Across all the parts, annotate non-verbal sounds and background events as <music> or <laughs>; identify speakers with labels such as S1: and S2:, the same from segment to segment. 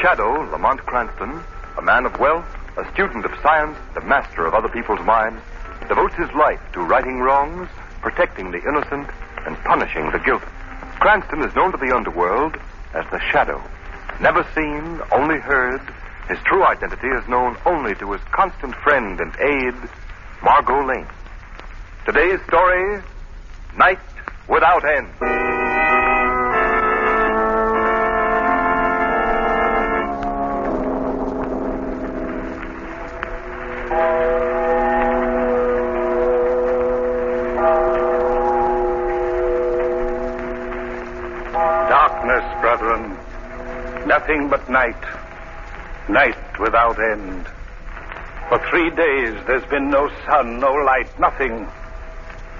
S1: shadow, Lamont Cranston, a man of wealth, a student of science, the master of other people's minds, devotes his life to righting wrongs, protecting the innocent, and punishing the guilty. Cranston is known to the underworld as the Shadow. Never seen, only heard, his true identity is known only to his constant friend and aide, Margot Lane. Today's story Night Without End.
S2: Darkness, brethren. Nothing but night. Night without end. For three days there's been no sun, no light, nothing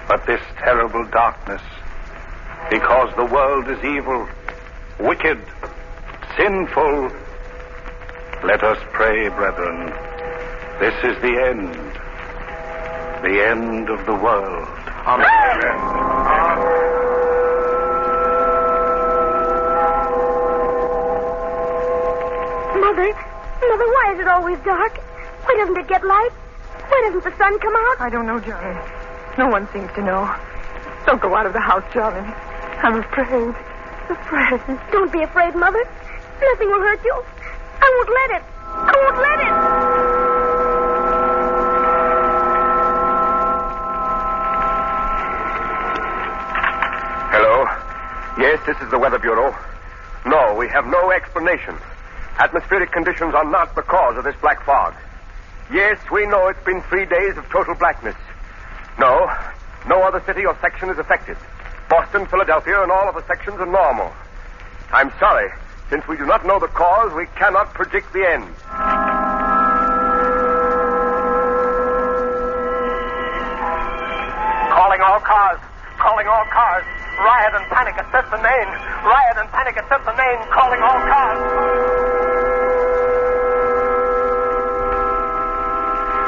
S2: but this terrible darkness. Because the world is evil, wicked, sinful. Let us pray, brethren. This is the end. The end of the world. Amen.
S3: Mother, Mother, why is it always dark? Why doesn't it get light? Why doesn't the sun come out?
S4: I don't know, Johnny. No one seems to know. Don't go out of the house, Johnny. I'm afraid. Afraid.
S3: Don't be afraid, Mother. Nothing will hurt you. I won't let it. I won't let it.
S1: Hello? Yes, this is the Weather Bureau. No, we have no explanation. Atmospheric conditions are not the cause of this black fog. Yes, we know it's been three days of total blackness. No, no other city or section is affected. Boston, Philadelphia, and all of the sections are normal. I'm sorry. Since we do not know the cause, we cannot predict the end.
S5: Calling all cars. Calling all cars. Riot and panic at Simpson, Maine. Riot and panic at Simpson, Maine. Calling all cars.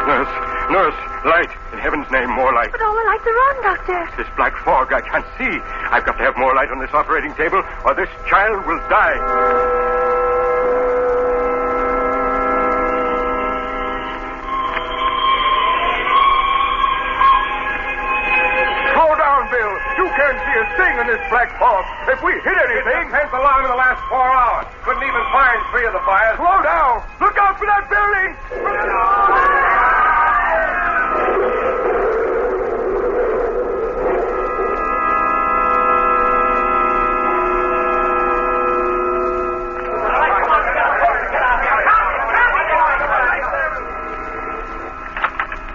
S6: Nurse, nurse, light. In heaven's name, more light.
S3: But all the lights are on, Doctor.
S6: This black fog, I can't see. I've got to have more light on this operating table, or this child will die.
S7: Slow down, Bill. You can't see a thing in this black fog. If we hit anything.
S8: It's the tenth alarm in the last four hours. Couldn't even find three of the fires.
S7: Slow down. Look out for that building.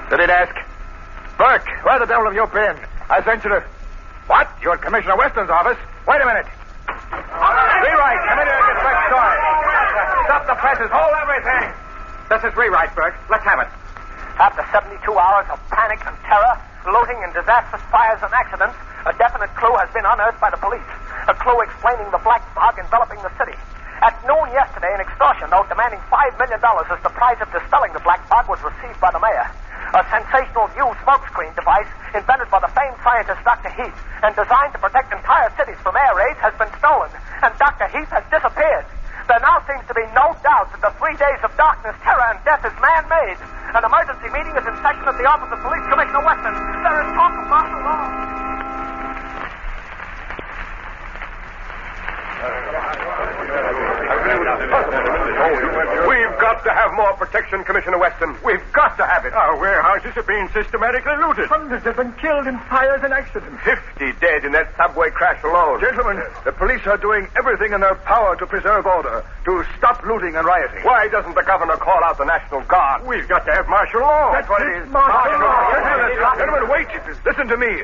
S9: Did it ask? Burke, where the devil have you been? I sent you to. What? You're at Commissioner Weston's office? Wait a minute. Rewrite, come in here and get Burke's story. Stop the presses, hold everything. This is rewrite, Burke. Let's have it.
S5: After 72 hours of panic and terror, looting and disastrous fires and accidents, a definite clue has been unearthed by the police. A clue explaining the black fog enveloping the city. At noon yesterday, an extortion note demanding $5 million as the price of dispelling the black fog was received by the mayor. A sensational new smokescreen device invented by the famed scientist Dr. Heath and designed to protect entire cities from air raids has been stolen, and Dr. Heath has disappeared. There now seems to be no doubt that the three days of darkness, terror, and death is man made. An emergency meeting is in session at the office of Police Commissioner Weston. There is talk of martial law.
S1: We've got to have more protection, Commissioner Weston. We've got to have it.
S6: Our warehouses are being systematically looted.
S10: Hundreds have been killed in fires and accidents.
S1: Fifty dead in that subway crash alone.
S9: Gentlemen, the police are doing everything in their power to preserve order, to stop looting and rioting.
S1: Why doesn't the governor call out the National Guard?
S6: We've got to have martial law.
S9: That's what it is.
S6: Martial law.
S9: Gentlemen, gentlemen, wait. Listen to me.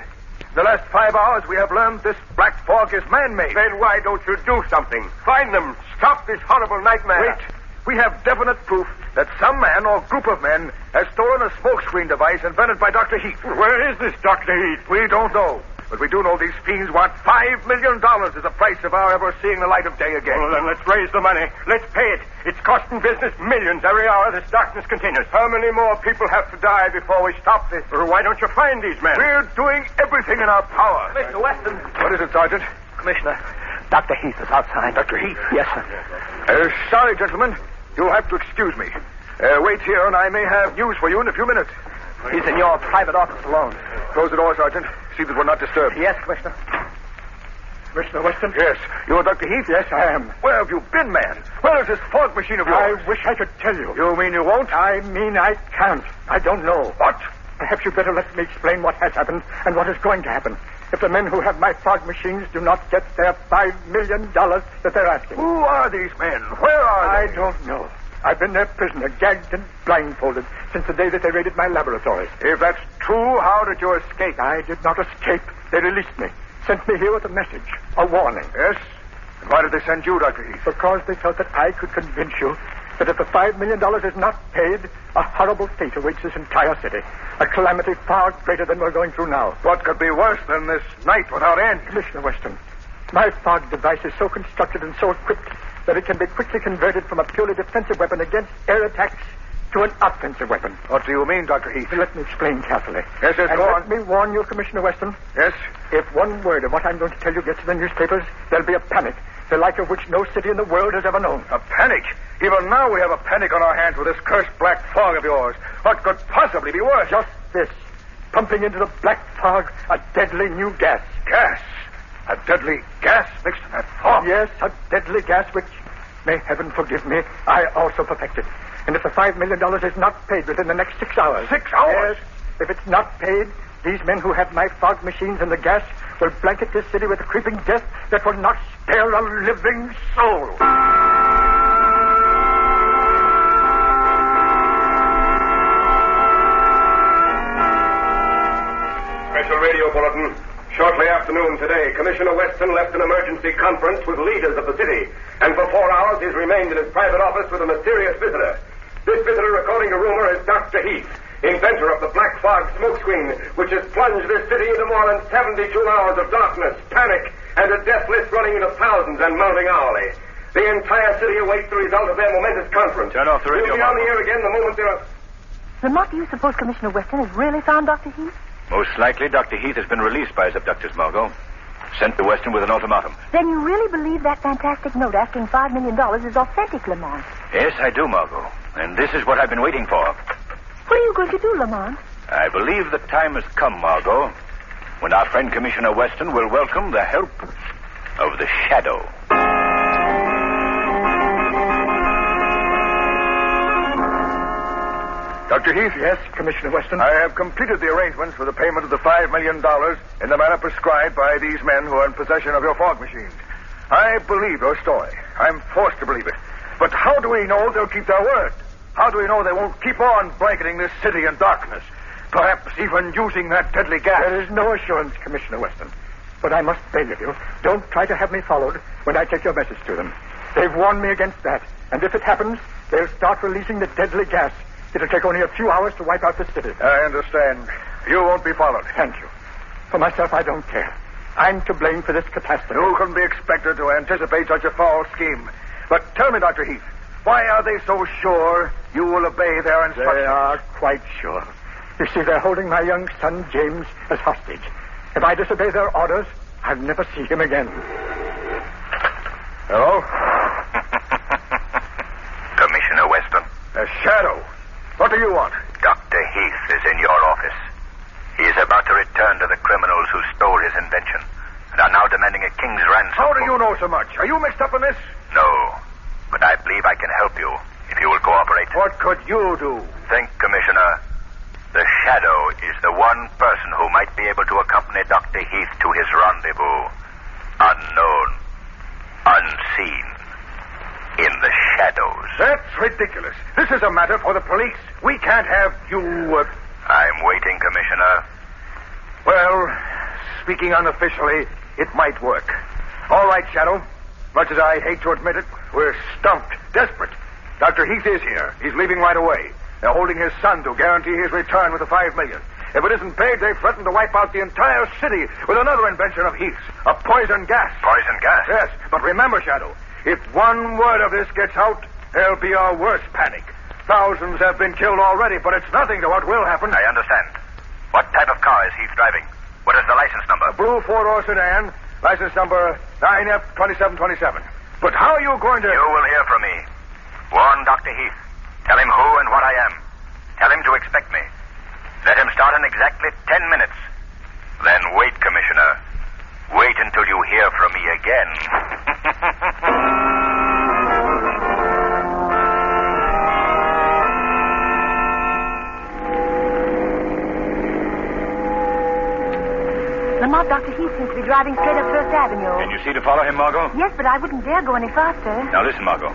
S9: The last five hours, we have learned this black fog is man-made.
S1: Then why don't you do something? Find them. Stop this horrible nightmare.
S9: Wait. We have definite proof that some man or group of men has stolen a smokescreen device invented by Dr. Heath.
S6: Where is this Dr. Heath?
S9: We don't know. But we do know these fiends want five million dollars as the price of our ever seeing the light of day again.
S6: Well, then let's raise the money. Let's pay it. It's costing business millions every hour this darkness continues.
S1: How many more people have to die before we stop this?
S6: Or why don't you find these men?
S9: We're doing everything in our power.
S5: Mr. Weston.
S9: What is it, Sergeant?
S10: Commissioner,
S5: Dr. Heath is outside.
S1: Dr. Heath?
S5: Yes, sir.
S1: Uh, sorry, gentlemen. You'll have to excuse me. Uh, wait here, and I may have news for you in a few minutes.
S5: He's in your private office alone.
S1: Close the door, Sergeant. See that we're not disturbed.
S5: Yes, Commissioner.
S11: Commissioner Weston?
S1: Yes. You're Dr. Heath?
S11: Yes, I am.
S1: Where have you been, man? Where is this fog machine of yours?
S11: I wish I could tell you.
S1: You mean you won't?
S11: I mean I can't. I don't know.
S1: What?
S11: Perhaps you'd better let me explain what has happened and what is going to happen if the men who have my fog machines do not get their $5 million that they're asking.
S1: Who are these men? Where are
S11: they? I don't know. I've been their prisoner, gagged and blindfolded, since the day that they raided my laboratory.
S1: If that's true, how did you escape?
S11: I did not escape. They released me, sent me here with a message, a warning.
S1: Yes? And why did they send you, Dr. Heath?
S11: Because they felt that I could convince you that if the $5 million is not paid, a horrible fate awaits this entire city. A calamity far greater than we're going through now.
S1: What could be worse than this night without end?
S11: Commissioner Weston, my fog device is so constructed and so equipped that it can be quickly converted from a purely defensive weapon against air attacks to an offensive weapon.
S1: What do you mean, Dr. Heath?
S11: Let me explain carefully.
S1: Yes, yes,
S11: and
S1: go
S11: let
S1: on.
S11: me warn you, Commissioner Weston.
S1: Yes?
S11: If one word of what I'm going to tell you gets to the newspapers, there'll be a panic, the like of which no city in the world has ever known.
S1: A panic? Even now we have a panic on our hands with this cursed black fog of yours. What could possibly be worse?
S11: Just this. Pumping into the black fog a deadly new gas.
S1: Gas? A deadly gas mixed in that fog?
S11: Yes, a deadly gas which, may heaven forgive me, I also perfected. And if the $5 million is not paid within the next six hours.
S1: Six hours?
S11: Yes. If it's not paid, these men who have my fog machines and the gas will blanket this city with a creeping death that will not spare a living soul.
S12: Special radio bulletin. Shortly afternoon today, Commissioner Weston left an emergency conference with leaders of the city, and for four hours he's remained in his private office with a mysterious visitor. This visitor, according to rumor, is Dr. Heath, inventor of the black fog smokescreen, which has plunged this city into more than 72 <laughs> hours of darkness, panic, and a death list running into thousands and mounting hourly. The entire city awaits the result of their momentous conference.
S1: Turn off the radio.
S12: You'll be on the air again the moment there are...
S4: Lamont, do you suppose Commissioner Weston has really found Dr. Heath?
S2: Most likely, Dr. Heath has been released by his abductors, Margot. Sent to Weston with an ultimatum.
S4: Then you really believe that fantastic note asking $5 million is authentic, Lamont?
S2: Yes, I do, Margot. And this is what I've been waiting for.
S4: What are you going to do, Lamont?
S2: I believe the time has come, Margot, when our friend Commissioner Weston will welcome the help of the Shadow.
S1: Dr. Heath?
S11: Yes, Commissioner Weston.
S1: I have completed the arrangements for the payment of the $5 million in the manner prescribed by these men who are in possession of your fog machines. I believe your story. I'm forced to believe it. But how do we know they'll keep their word? How do we know they won't keep on blanketing this city in darkness? Perhaps even using that deadly gas.
S11: There is no assurance, Commissioner Weston. But I must beg of you, don't try to have me followed when I take your message to them. They've warned me against that. And if it happens, they'll start releasing the deadly gas It'll take only a few hours to wipe out the city.
S1: I understand. You won't be followed.
S11: Thank you. For myself, I don't care. I'm to blame for this catastrophe.
S1: You can be expected to anticipate such a foul scheme. But tell me, Dr. Heath, why are they so sure you will obey their instructions?
S11: They are quite sure. You see, they're holding my young son, James, as hostage. If I disobey their orders, I'll never see him again.
S1: Hello?
S13: <laughs> Commissioner Weston.
S1: A shadow. What do you want?
S13: Dr. Heath is in your office. He is about to return to the criminals who stole his invention and are now demanding a king's ransom.
S1: How do you know so much? Are you mixed up in this?
S13: No, but I believe I can help you if you will cooperate.
S1: What could you do?
S13: Think, Commissioner. The Shadow is the one person who might be able to accompany Dr. Heath to his rendezvous. Unknown. Unseen. In the shadows.
S1: That's ridiculous. This is a matter for the police. We can't have you. Uh...
S13: I'm waiting, Commissioner.
S1: Well, speaking unofficially, it might work. All right, Shadow. Much as I hate to admit it, we're stumped, desperate. Dr. Heath is here. He's leaving right away. They're holding his son to guarantee his return with the five million. If it isn't paid, they threaten to wipe out the entire city with another invention of Heath's, a poison gas.
S13: Poison gas?
S1: Yes, but remember, Shadow, if one word of this gets out, there'll be a worse panic. Thousands have been killed already, but it's nothing to what will happen.
S13: I understand. What type of car is Heath driving? What is the license number?
S1: A blue four-door sedan
S14: License number 9F2727. But how are you going to.
S2: You will hear from me. Warn Dr. Heath. Tell him who and what I am. Tell him to expect me. Let him start in exactly ten minutes. Then wait, Commissioner. Wait until you hear from me again.
S3: Lamont, Dr. Heath seems to be driving straight up First Avenue.
S15: Can you see to follow him, Margot?
S3: Yes, but I wouldn't dare go any faster.
S15: Now listen, Margot.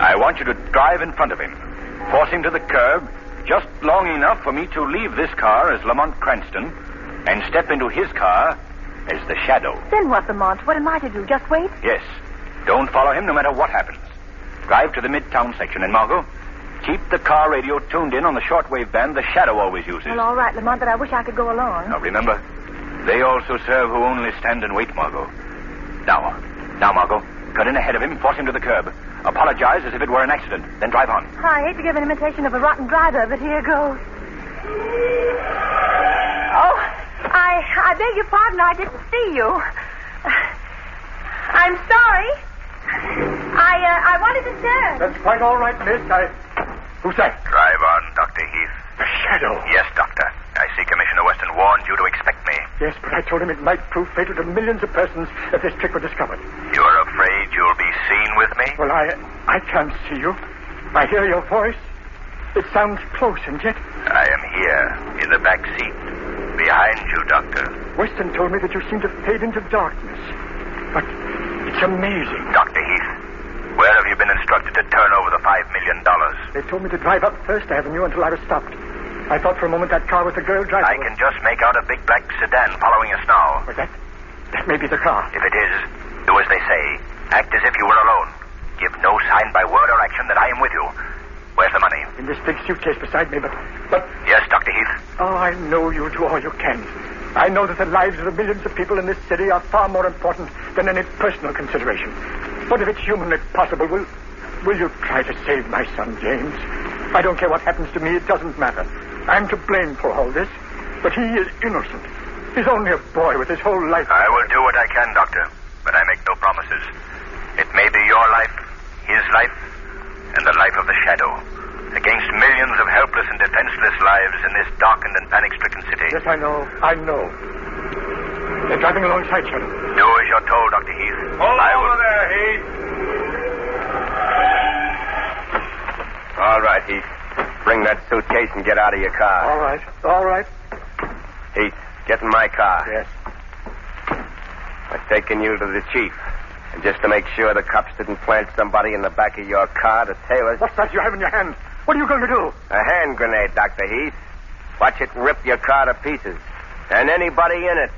S15: I want you to drive in front of him. Force him to the curb just long enough for me to leave this car as Lamont Cranston and step into his car as the shadow.
S3: Then what, Lamont? What am I to do? Just wait?
S15: Yes. Don't follow him no matter what happens. Drive to the midtown section, and Margot, keep the car radio tuned in on the shortwave band the shadow always uses.
S3: Well, all right, Lamont, but I wish I could go along.
S15: Now remember, they also serve who only stand and wait, Margot. Now, uh, now, Margot, cut in ahead of him, force him to the curb. Apologize as if it were an accident, then drive on.
S3: I hate to give an imitation of a rotten driver, but here goes. Oh, I I beg your pardon. I didn't see you. I'm sorry. I uh, I wanted to turn.
S11: That's quite all right, miss. I. Who's that?
S2: Drive on, Dr. Heath.
S11: The shadow.
S2: Yes, Doctor. I see Commissioner Weston warned you to expect me.
S11: Yes, but I told him it might prove fatal to millions of persons if this trick were discovered.
S2: You're afraid you'll be seen with me?
S11: Well, I I can't see you. I hear your voice. It sounds close, and yet
S2: I am here, in the back seat, behind you, Doctor.
S11: Weston told me that you seem to fade into darkness. But it's amazing.
S2: Dr. Heath, where have you been instructed to turn over the $5 million?
S11: They told me to drive up First Avenue until I was stopped. I thought for a moment that car was the girl driving.
S2: I can just make out a big black sedan following us now.
S11: But that, that may be the car.
S2: If it is, do as they say. Act as if you were alone. Give no sign by word or action that I am with you. Where's the money?
S11: In this big suitcase beside me, but but
S2: Yes, Dr. Heath.
S11: oh, I know you do all you can. I know that the lives of the millions of people in this city are far more important than any personal consideration. But if it's humanly possible, will will you try to save my son, James? I don't care what happens to me; it doesn't matter. I'm to blame for all this, but he is innocent. He's only a boy with his whole life.
S2: I will do what I can, Doctor, but I make no promises. It may be your life, his life, and the life of the shadow. Against millions of helpless and defenseless lives in this darkened and panic stricken city.
S11: Yes, I know. I know. They're driving alongside Shadow.
S2: Do as you're told, Dr. Heath.
S16: Hold over there, Heath.
S1: All right, Heath. Bring that suitcase and get out of your car.
S11: All right. All right.
S1: Heath, get in my car.
S11: Yes.
S1: I've taken you to the chief. And just to make sure the cops didn't plant somebody in the back of your car to tail us.
S11: What's that you have in your hand? What are you going to do?
S1: A hand grenade, Dr. Heath. Watch it rip your car to pieces. And anybody in it.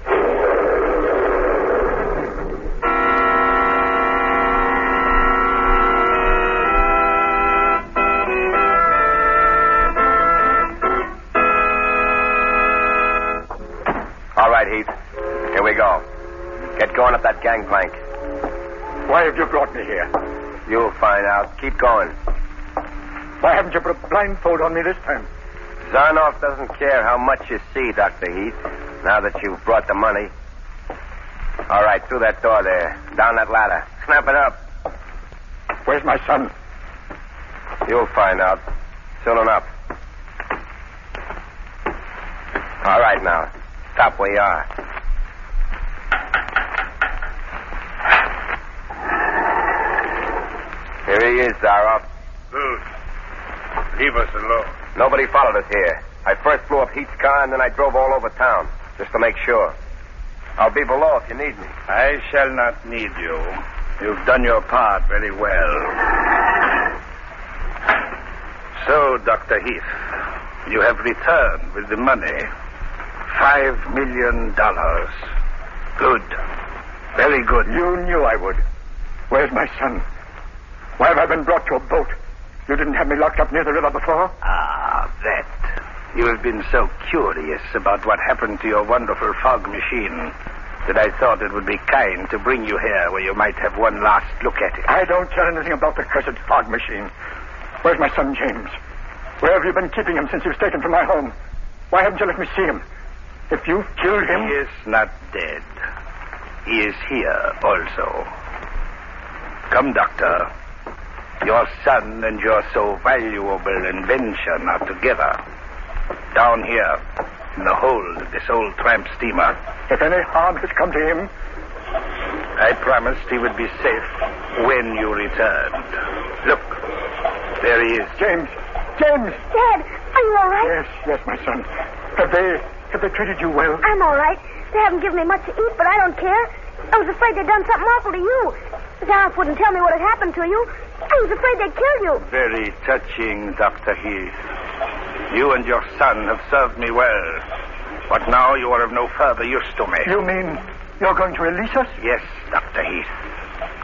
S1: All right, Heath. Here we go. Get going up that gangplank.
S11: Why have you brought me here?
S1: You'll find out. Keep going.
S11: Why haven't you put a blindfold on me this time?
S1: Zarnoff doesn't care how much you see, Dr. Heath, now that you've brought the money. All right, through that door there. Down that ladder. Snap it up.
S11: Where's my son?
S1: You'll find out. Soon enough. All right, now. Stop where you are. Here he is, Zaroff.
S17: Dude, leave us alone.
S1: Nobody followed us here. I first blew up Heath's car, and then I drove all over town, just to make sure. I'll be below if you need me.
S17: I shall not need you. You've done your part very well. So, Dr. Heath, you have returned with the money. Five million dollars. Good. Very good.
S11: You knew I would. Where's my son? Why have I been brought to a boat? You didn't have me locked up near the river before?
S17: Ah, that. You have been so curious about what happened to your wonderful fog machine that I thought it would be kind to bring you here where you might have one last look at it.
S11: I don't care anything about the cursed fog machine. Where's my son, James? Where have you been keeping him since he was taken from my home? Why haven't you let me see him? If you've killed him.
S17: He is not dead.
S2: is here also. Come, Doctor. Your son and your so valuable invention are together. Down here, in the hold of this old tramp steamer.
S11: If any harm has come to him,
S2: I promised he would be safe when you returned. Look, there he is.
S11: James, James!
S3: Dad, are you all right?
S11: Yes, yes, my son. Have they have they treated you well?
S3: I'm all right. They haven't given me much to eat, but I don't care. I was afraid they'd done something awful to you. The aunt wouldn't tell me what had happened to you. I was afraid they'd kill you.
S2: Very touching, Dr. Heath. You and your son have served me well, but now you are of no further use to me.
S11: You mean you're going to release us?
S2: Yes, Dr. Heath.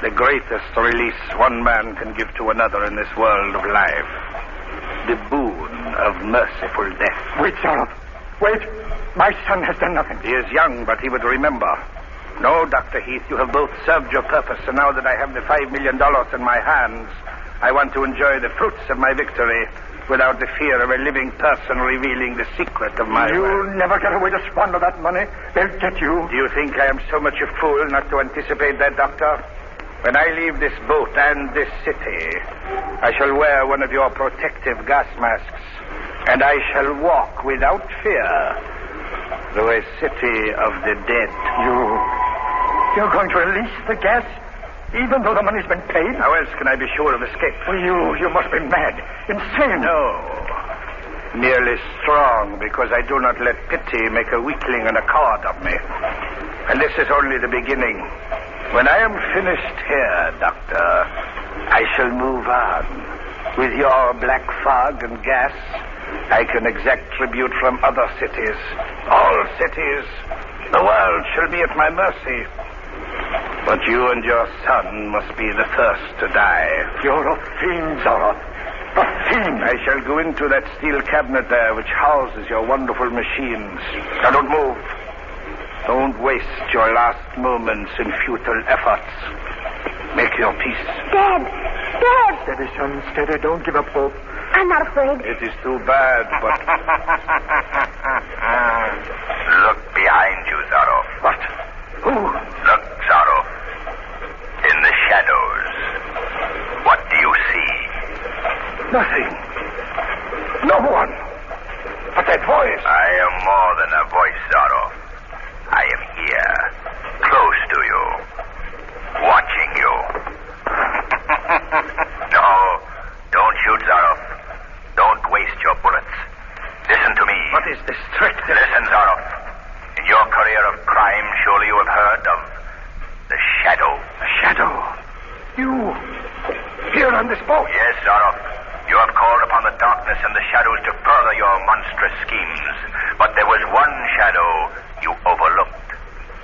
S2: The greatest release one man can give to another in this world of life. The boon of merciful death.
S11: Wait, Sarah. Wait. My son has done nothing.
S2: He is young, but he would remember. No, Dr. Heath, you have both served your purpose, and now that I have the $5 million in my hands, I want to enjoy the fruits of my victory without the fear of a living person revealing the secret of my.
S11: You'll
S2: will.
S11: never get away to squander that money. They'll get you.
S2: Do you think I am so much a fool not to anticipate that, Doctor? When I leave this boat and this city, I shall wear one of your protective gas masks, and I shall walk without fear through a city of the dead.
S11: You. You're going to release the gas, even though the money's been paid?
S2: How else can I be sure of escape?
S11: Well, you, you must be mad, insane.
S2: No. Merely strong because I do not let pity make a weakling and a coward of me. And this is only the beginning. When I am finished here, Doctor, I shall move on. With your black fog and gas, I can exact tribute from other cities. All cities. The world shall be at my mercy. But you and your son must be the first to die.
S11: You're a fiend, Zoroth. A fiend.
S2: I shall go into that steel cabinet there which houses your wonderful machines. Now don't move. Don't waste your last moments in futile efforts. Make your peace.
S3: Dad, Dad,
S11: Steady, son, steady. Don't give up hope.
S3: I'm not afraid.
S2: It is too bad, but.
S13: Look behind you, Zarov.
S2: What? Who?
S13: Look, Zarov. In the shadows. What do you see?
S2: Nothing. No one. But that voice.
S13: I am more than a voice, Zarov. I am here, close to you, watching you.
S2: <laughs>
S13: no, don't shoot, Zarov. Don't waste your bullets. Listen to me.
S2: What is this trick? that-
S13: Listen, Zorov. In your career of crime, surely you have heard of the shadow.
S2: A shadow. You. Here on this boat.
S13: Yes, Zorov. You have called upon the darkness and the shadows to further your monstrous schemes. But there was one shadow you overlooked.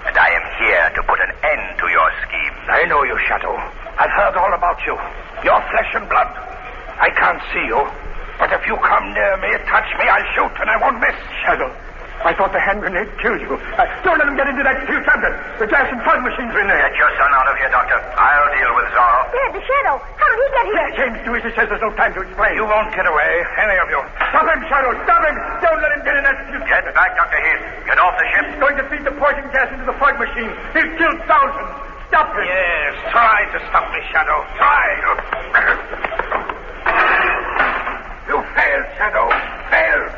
S13: And I am here to put an end to your schemes.
S2: I know you, Shadow. I've heard all about you. Your flesh and blood. I can't see you. But if you come near me, touch me, I'll shoot, and I won't miss.
S11: Shadow. I thought the hand grenade killed you. I- don't let him get into that steel cabinet. The gas and flood machine's in there.
S13: Get your son out of here, Doctor. I'll deal with Zorov.
S3: Dad, the shadow. How did he get here?
S11: James, do as he says. There's no time to explain.
S2: You won't get away, any of you.
S11: Stop him, Shadow. Stop him. Don't let him get in that steel
S13: Get
S11: cabinet.
S13: back, Dr. Heath. Get off the ship.
S11: He's going to feed the poison gas into the fog machine. He'll kill thousands. Stop him.
S2: Yes, try to stop me, Shadow. Try. You failed, Shadow. Failed.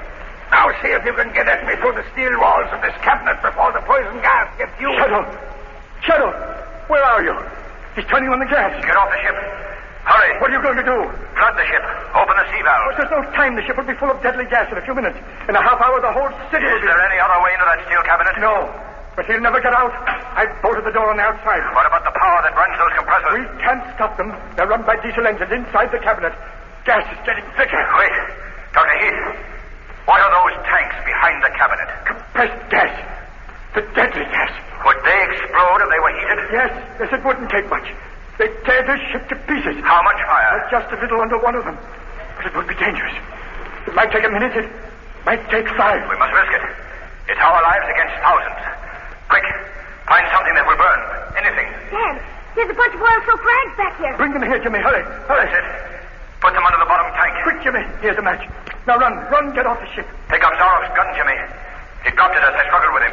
S2: Now see if you can get at me through the steel walls of this cabinet before the poison gas gets you.
S11: Shadow. Shadow. Where are you? He's turning on the gas.
S13: Get off the ship. Hurry.
S11: What are you going to do?
S13: Flood the ship. Open the sea
S2: Uh,
S11: But
S13: valves.
S11: there's no time. The ship will be full of deadly gas in a few minutes. In a half hour, the whole city
S13: Is
S11: will be...
S13: there any other way into that steel cabinet?
S11: No, but he'll never get out. I've bolted the door on the outside.
S13: What about the power that runs those compressors?
S11: We can't stop them. They're run by diesel engines inside the cabinet. Gas is getting thicker.
S13: Wait. Dr. Heath. What are those tanks behind the cabinet?
S11: Compressed gas. The deadly gas.
S13: Would they explode if they were heated?
S11: Yes, yes, it wouldn't take much. They tear this ship to pieces.
S13: How much
S11: Uh,
S13: fire?
S11: Just a little under one of them. But it would be dangerous. It might take a minute. It might take five.
S13: We must risk it. It's our lives against thousands. Quick. Find something that will burn. Anything.
S3: Dad, there's a bunch of oil-soaked rags back here.
S11: Bring them here, Jimmy. Hurry, hurry.
S13: That's it. Put them under the bottom tank.
S11: Quick, Jimmy. Here's a match. Now run, run, get off the ship.
S13: Pick up Zorro's gun, Jimmy. He dropped it as I struggled with him.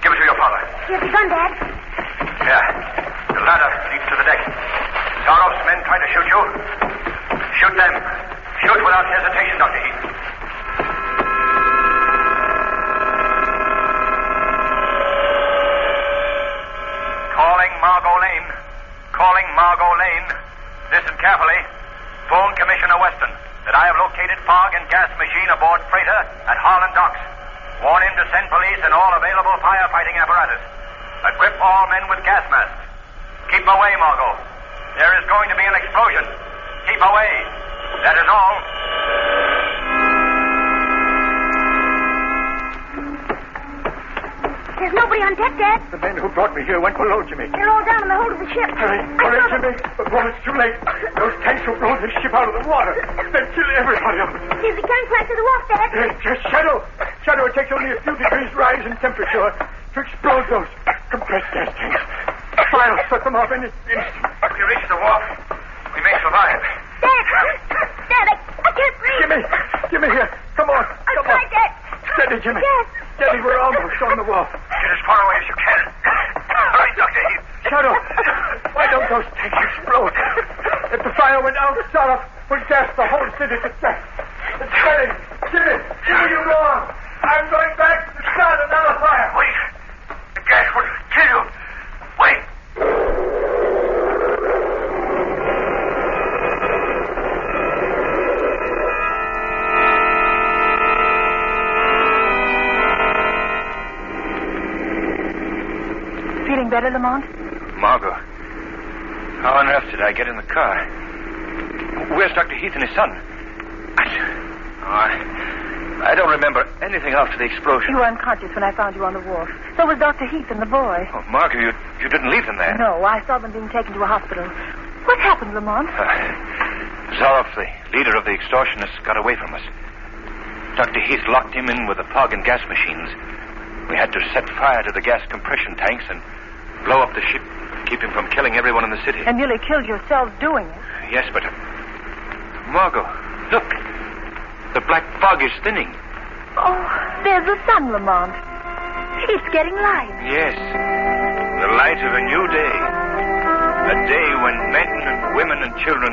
S13: Give it to your father.
S3: Here's the gun, Dad.
S13: Here. The ladder leads to the deck. Sorov's men try to shoot you. Shoot them. Shoot without hesitation, Dr. Heath. Calling Margot Lane. Calling Margot Lane. Listen carefully. Phone Commissioner Weston that I have located fog and gas machine aboard freighter at Harlan Docks. Warn him to send police and all available firefighting apparatus. Equip all men with gas masks. Keep away, Margot. There is going to be an explosion. Keep away. That is all.
S3: There's nobody on deck, Dad.
S11: The men who brought me here went below, Jimmy.
S3: They're all down in the hold of the ship.
S11: Hurry,
S3: I
S11: hurry,
S3: saw them.
S11: Jimmy. Well, it's too late. Those tanks will blow the ship out of the water. They'll kill everybody on it.
S3: There's the gangplank to the wharf, Dad.
S11: It's just shadow. Shadow, it takes only a few degrees rise in temperature to explode those compressed gas tanks. Fire will set them off any instant.
S13: If we reach the wharf, we may survive.
S3: Dad! Dad, I, I can't breathe.
S11: Jimmy, Jimmy, here. Come on.
S3: I'm trying, Dad.
S11: Steady, Jimmy.
S3: Dad.
S11: Steady, we're almost on the wharf.
S13: Get as far away as you can. <coughs> Hurry, Dr. Heath.
S11: Shadow, why don't those tanks explode? If the fire went out, Sarah would gas the whole city to death. It's burning. Jimmy, Jimmy, you're wrong. I'm going back to start another fire.
S13: Wait. The gas will kill you. Wait.
S4: Feeling better, Lamont?
S2: Margot, how on earth did I get in the car? Where's Dr. Heath and his son? I, oh, I, I don't remember anything after the explosion.
S4: You were unconscious when I found you on the wharf. So was Dr. Heath and the boy.
S2: Oh, Margot, you, you didn't leave them there.
S4: No, I saw them being taken to a hospital. What happened, Lamont?
S2: Uh, Zaroff, the leader of the extortionists, got away from us. Dr. Heath locked him in with the fog and gas machines. We had to set fire to the gas compression tanks and blow up the ship, keep him from killing everyone in the city.
S4: And nearly killed yourselves doing it.
S2: Yes, but. uh, Margot, look. The black fog is thinning.
S4: Oh, there's the sun, Lamont. It's getting light.
S2: Yes. The light of a new day. A day when men and women and children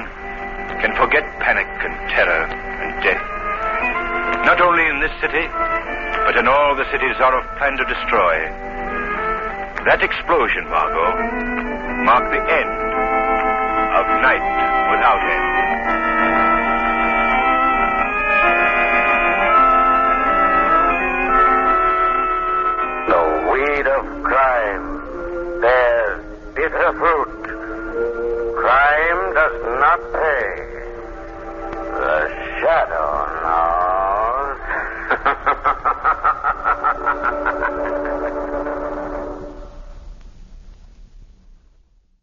S2: can forget panic and terror and death. Not only in this city, but in all the cities Zorov planned to destroy. That explosion, Margot, marked the end of Night Without End. <laughs>